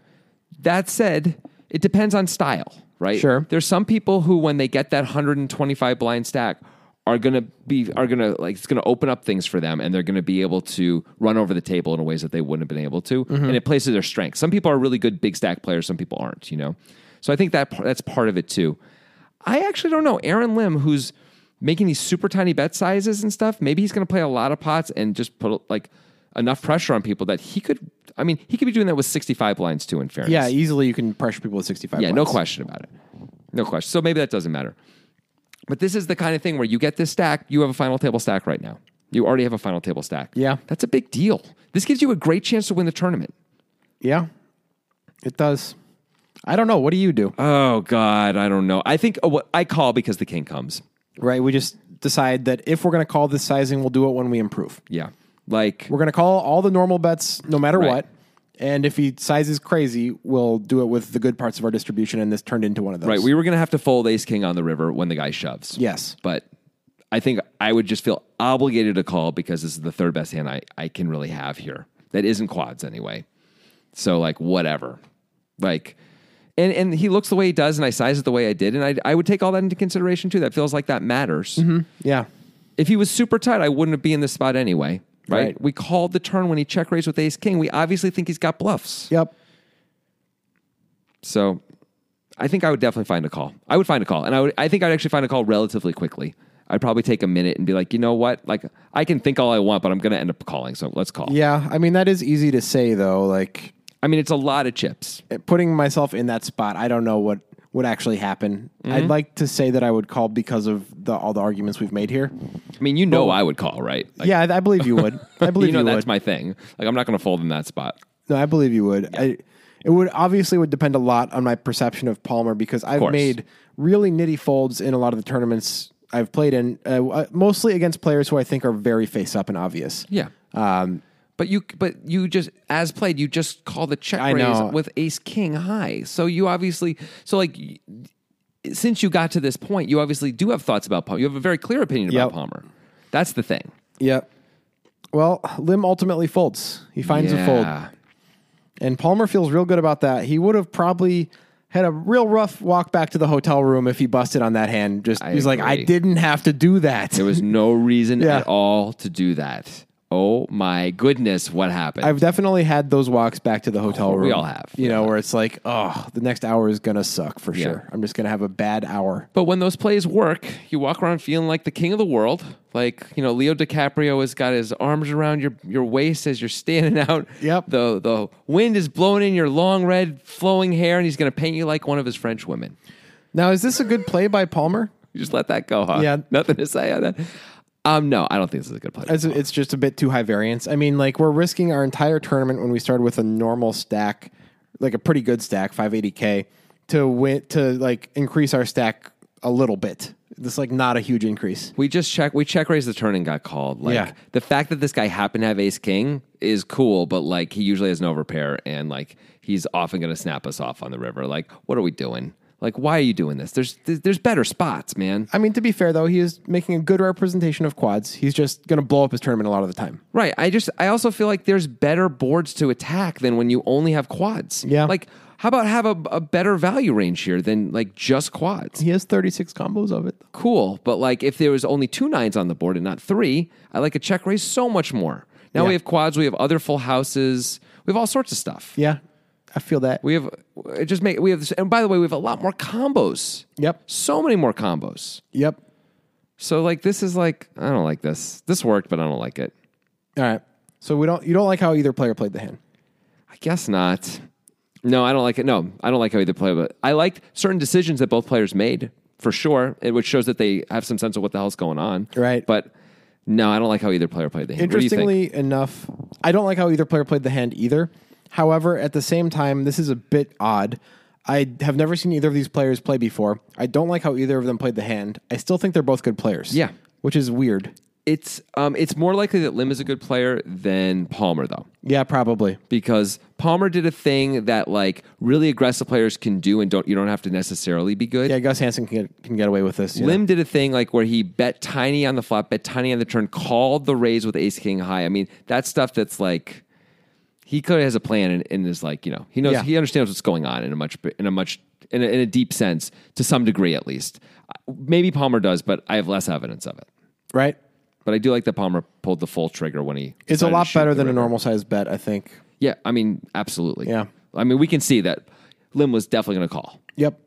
That said, it depends on style, right?
Sure.
There's some people who, when they get that hundred and twenty-five blind stack, are gonna be are gonna like it's gonna open up things for them, and they're gonna be able to run over the table in ways that they wouldn't have been able to,
Mm-hmm.
and it plays to their strengths. Some people are really good big stack players, some people aren't. You know, so I think that par- that's part of it too. I actually don't know. Aaron Lim, who's making these super tiny bet sizes and stuff, maybe he's going to play a lot of pots and just put like enough pressure on people that he could. I mean, he could be doing that with 65 blinds too, in fairness.
Yeah, easily you can pressure people with 65
Yeah,
blinds.
no question about it. No question. So maybe that doesn't matter. But this is the kind of thing where you get this stack, you have a final table stack right now. You already have a final table stack.
Yeah.
That's a big deal. This gives you a great chance to win the tournament.
Yeah. It does. I don't know. What do you do?
Oh, God. I don't know. I think oh, what I call because the king comes.
right? We just decide that if we're going to call this sizing, we'll do it when we improve.
Yeah. Like,
We're going to call all the normal bets no matter
Right.
what. And if he sizes crazy, we'll do it with the good parts of our distribution. And this turned into one of those.
Right. We were going to have to fold ace king on the river when the guy shoves.
Yes.
But I think I would just feel obligated to call because this is the third best hand I, I can really have here. That isn't quads anyway. So, like, whatever. Like, and, and he looks the way he does, and I size it the way I did. And I, I would take all that into consideration too. That feels like that matters.
Yeah.
If he was super tight, I wouldn't be in this spot anyway. Right?
Right.
We called the turn when he check raised with ace king. We obviously think he's got bluffs.
Yep.
So I think I would definitely find a call. I would find a call. And I would I think I'd actually find a call relatively quickly. I'd probably take a minute and be like, you know what? Like I can think all I want, but I'm gonna end up calling. So let's call.
Yeah. I mean, that is easy to say, though. Like,
I mean it's a lot of chips.
putting myself in that spot, I don't know what would actually happen.
Mm-hmm.
I'd like to say that I would call because of the, all the arguments we've made here.
I mean, you know I would call, right? Like,
yeah, I,
[laughs]
I believe you would. I believe
you know that's
would.
my thing. Like I'm not gonna fold in that spot.
No, I believe you would. I, It would obviously would depend a lot on my perception of Palmer because I've
course.
made really nitty folds in a lot of the tournaments I've played in, uh, uh, mostly against players who I think are very face up and obvious.
Yeah.
Um,
But you, but you just as played, you just call the check
I
raise
know.
with Ace King high. So you obviously, so like, y- since you got to this point, you obviously do have thoughts about Palmer. You have a very clear opinion about
Yep.
Palmer. That's the thing.
yeah. Well, Lim ultimately folds. He finds a fold.
Yeah.
And Palmer feels real good about that. He would have probably had a real rough walk back to the hotel room if he busted on that hand. Just
I
he's like, I
agree.
didn't have to do that.
There was no reason
[laughs] Yeah.
at all to do that. Oh my goodness, what happened?
I've definitely had those walks back to the hotel room.
We all have.
You know, where it's like, oh, the next hour is gonna suck for
Yeah.
sure. I'm just gonna have a bad hour.
But when those plays work, you walk around feeling like the king of the world. Like, you know, Leo DiCaprio has got his arms around your, your waist as you're standing [laughs] out.
Yep.
The, the wind is blowing in your long red flowing hair, and he's going to paint you like one of his French women.
Now, is this a good play by Palmer?
You just let that go, huh?
Yeah.
Nothing to say on that. Um, no, I don't think this is a good play.
It's, it's just a bit too high variance. I mean, like we're risking our entire tournament when we started with a normal stack, like a pretty good stack, 580k, to win to like increase our stack a little bit. It's like not a huge increase.
we just check we check raised the turn and got called. Like
Yeah.
the fact that this guy happened to have ace king is cool, but like he usually has no repair and like he's often gonna snap us off on the river. Like, what are we doing? Like, why are you doing this? There's there's there's better spots, man.
I mean, to be fair though, he is making a good representation of quads. He's just gonna blow up his tournament a lot of the time.
Right. I just I also feel like there's better boards to attack than when you only have quads.
Yeah.
Like how about have a, a better value range here than like just quads?
He has 36 combos of it.
Cool, but like if there was only two nines on the board and not three, I like a check raise so much more. Now
Yeah.
we have quads, we have other full houses, we have all sorts of stuff.
Yeah, I feel that.
We have it just make we have this, and by the way, we have a lot more combos.
Yep.
So many more combos.
Yep.
So like this is like I don't like this. This worked, but I don't like it.
All right. So we don't. You don't like how either player played the hand.
I guess not. No, I don't like it. No, I don't like how either play, but I liked certain decisions that both players made for sure, it- which shows that they have some sense of what the hell's going on.
Right.
But no, I don't like how either player played the hand. What do you think?
Interestingly enough, I don't like how either player played the hand either. However, at the same time, this is a bit odd. I have never seen either of these players play before. I don't like how either of them played the hand. I still think they're both good players.
Yeah.
Which is weird.
It's um, it's more likely that Lim is a good player than Palmer though,
Yeah, probably.
because Palmer did a thing that like really aggressive players can do, and don't you don't have to necessarily be good.
Yeah, Gus Hansen can get, can get away with this. yeah.
Lim did a thing like where he bet tiny on the flop, bet tiny on the turn, called the raise with ace king high. I mean, that's stuff that's like he clearly has a plan and, and is like you know he knows
Yeah.
he understands what's going on in a much in a much in a, in a deep sense to some degree at least. Maybe Palmer does, but I have less evidence of it.
right?
But I do like that Palmer pulled the full trigger when he.
It's
decided
a
to
lot
shoot
better
the
than a
river.
normal size bet, I think.
Yeah, I mean, absolutely.
Yeah.
I mean, we can see that Lim was definitely going to call.
Yep,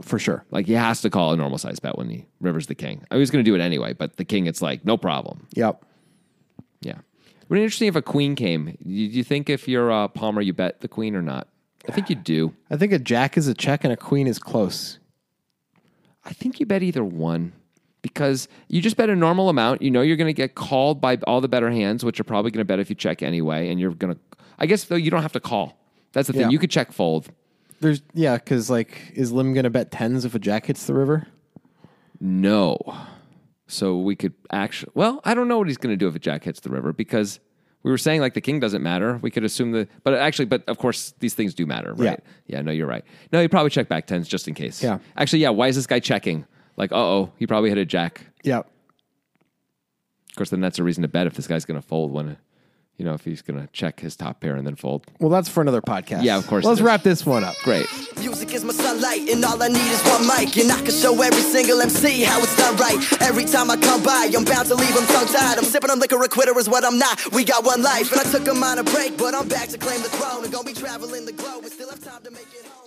for sure.
Like he has to call a normal size bet when he rivers the king. I was going to do it anyway, but the king, it's like no problem.
Yep.
Yeah, it would be interesting if a queen came. Do you, you think if you're uh, Palmer, you bet the queen or not? I think you do.
I think a jack is a check and a queen is close.
I think you bet either one because you just bet a normal amount. You know you're going to get called by all the better hands, which are probably going to bet if you check anyway. And you're going to, I guess though, you don't have to call. That's the thing.
Yeah.
You could check fold.
There's yeah, because like, is Lim gonna bet tens if a jack hits the river?
No. So we could actually, well, I don't know what he's going to do if a jack hits the river because we were saying like the king doesn't matter. We could assume the, but actually, but of course these things do matter, right? Yeah, no, you're right. No, he'd probably check back tens just in case.
Yeah.
Actually, yeah, why is this guy checking? Like, uh oh, he probably hit a jack.
Yep.
Of course, then that's a reason to bet if this guy's going to fold when, you know, if he's going to check his top pair and then fold.
Well, that's for another podcast.
Yeah, of course
Let's
it is.
wrap this one up.
Great.
Music is my sunlight, and all I need is one mic. And I can show every single MC how it's done right. Every time I come by, I'm bound to leave them tongue tied. I'm sipping on liquor, a quitter is what I'm not. We got one life, and I took a minor break, but I'm back to claim the throne. And gonna be traveling the globe, and still have time to make it home.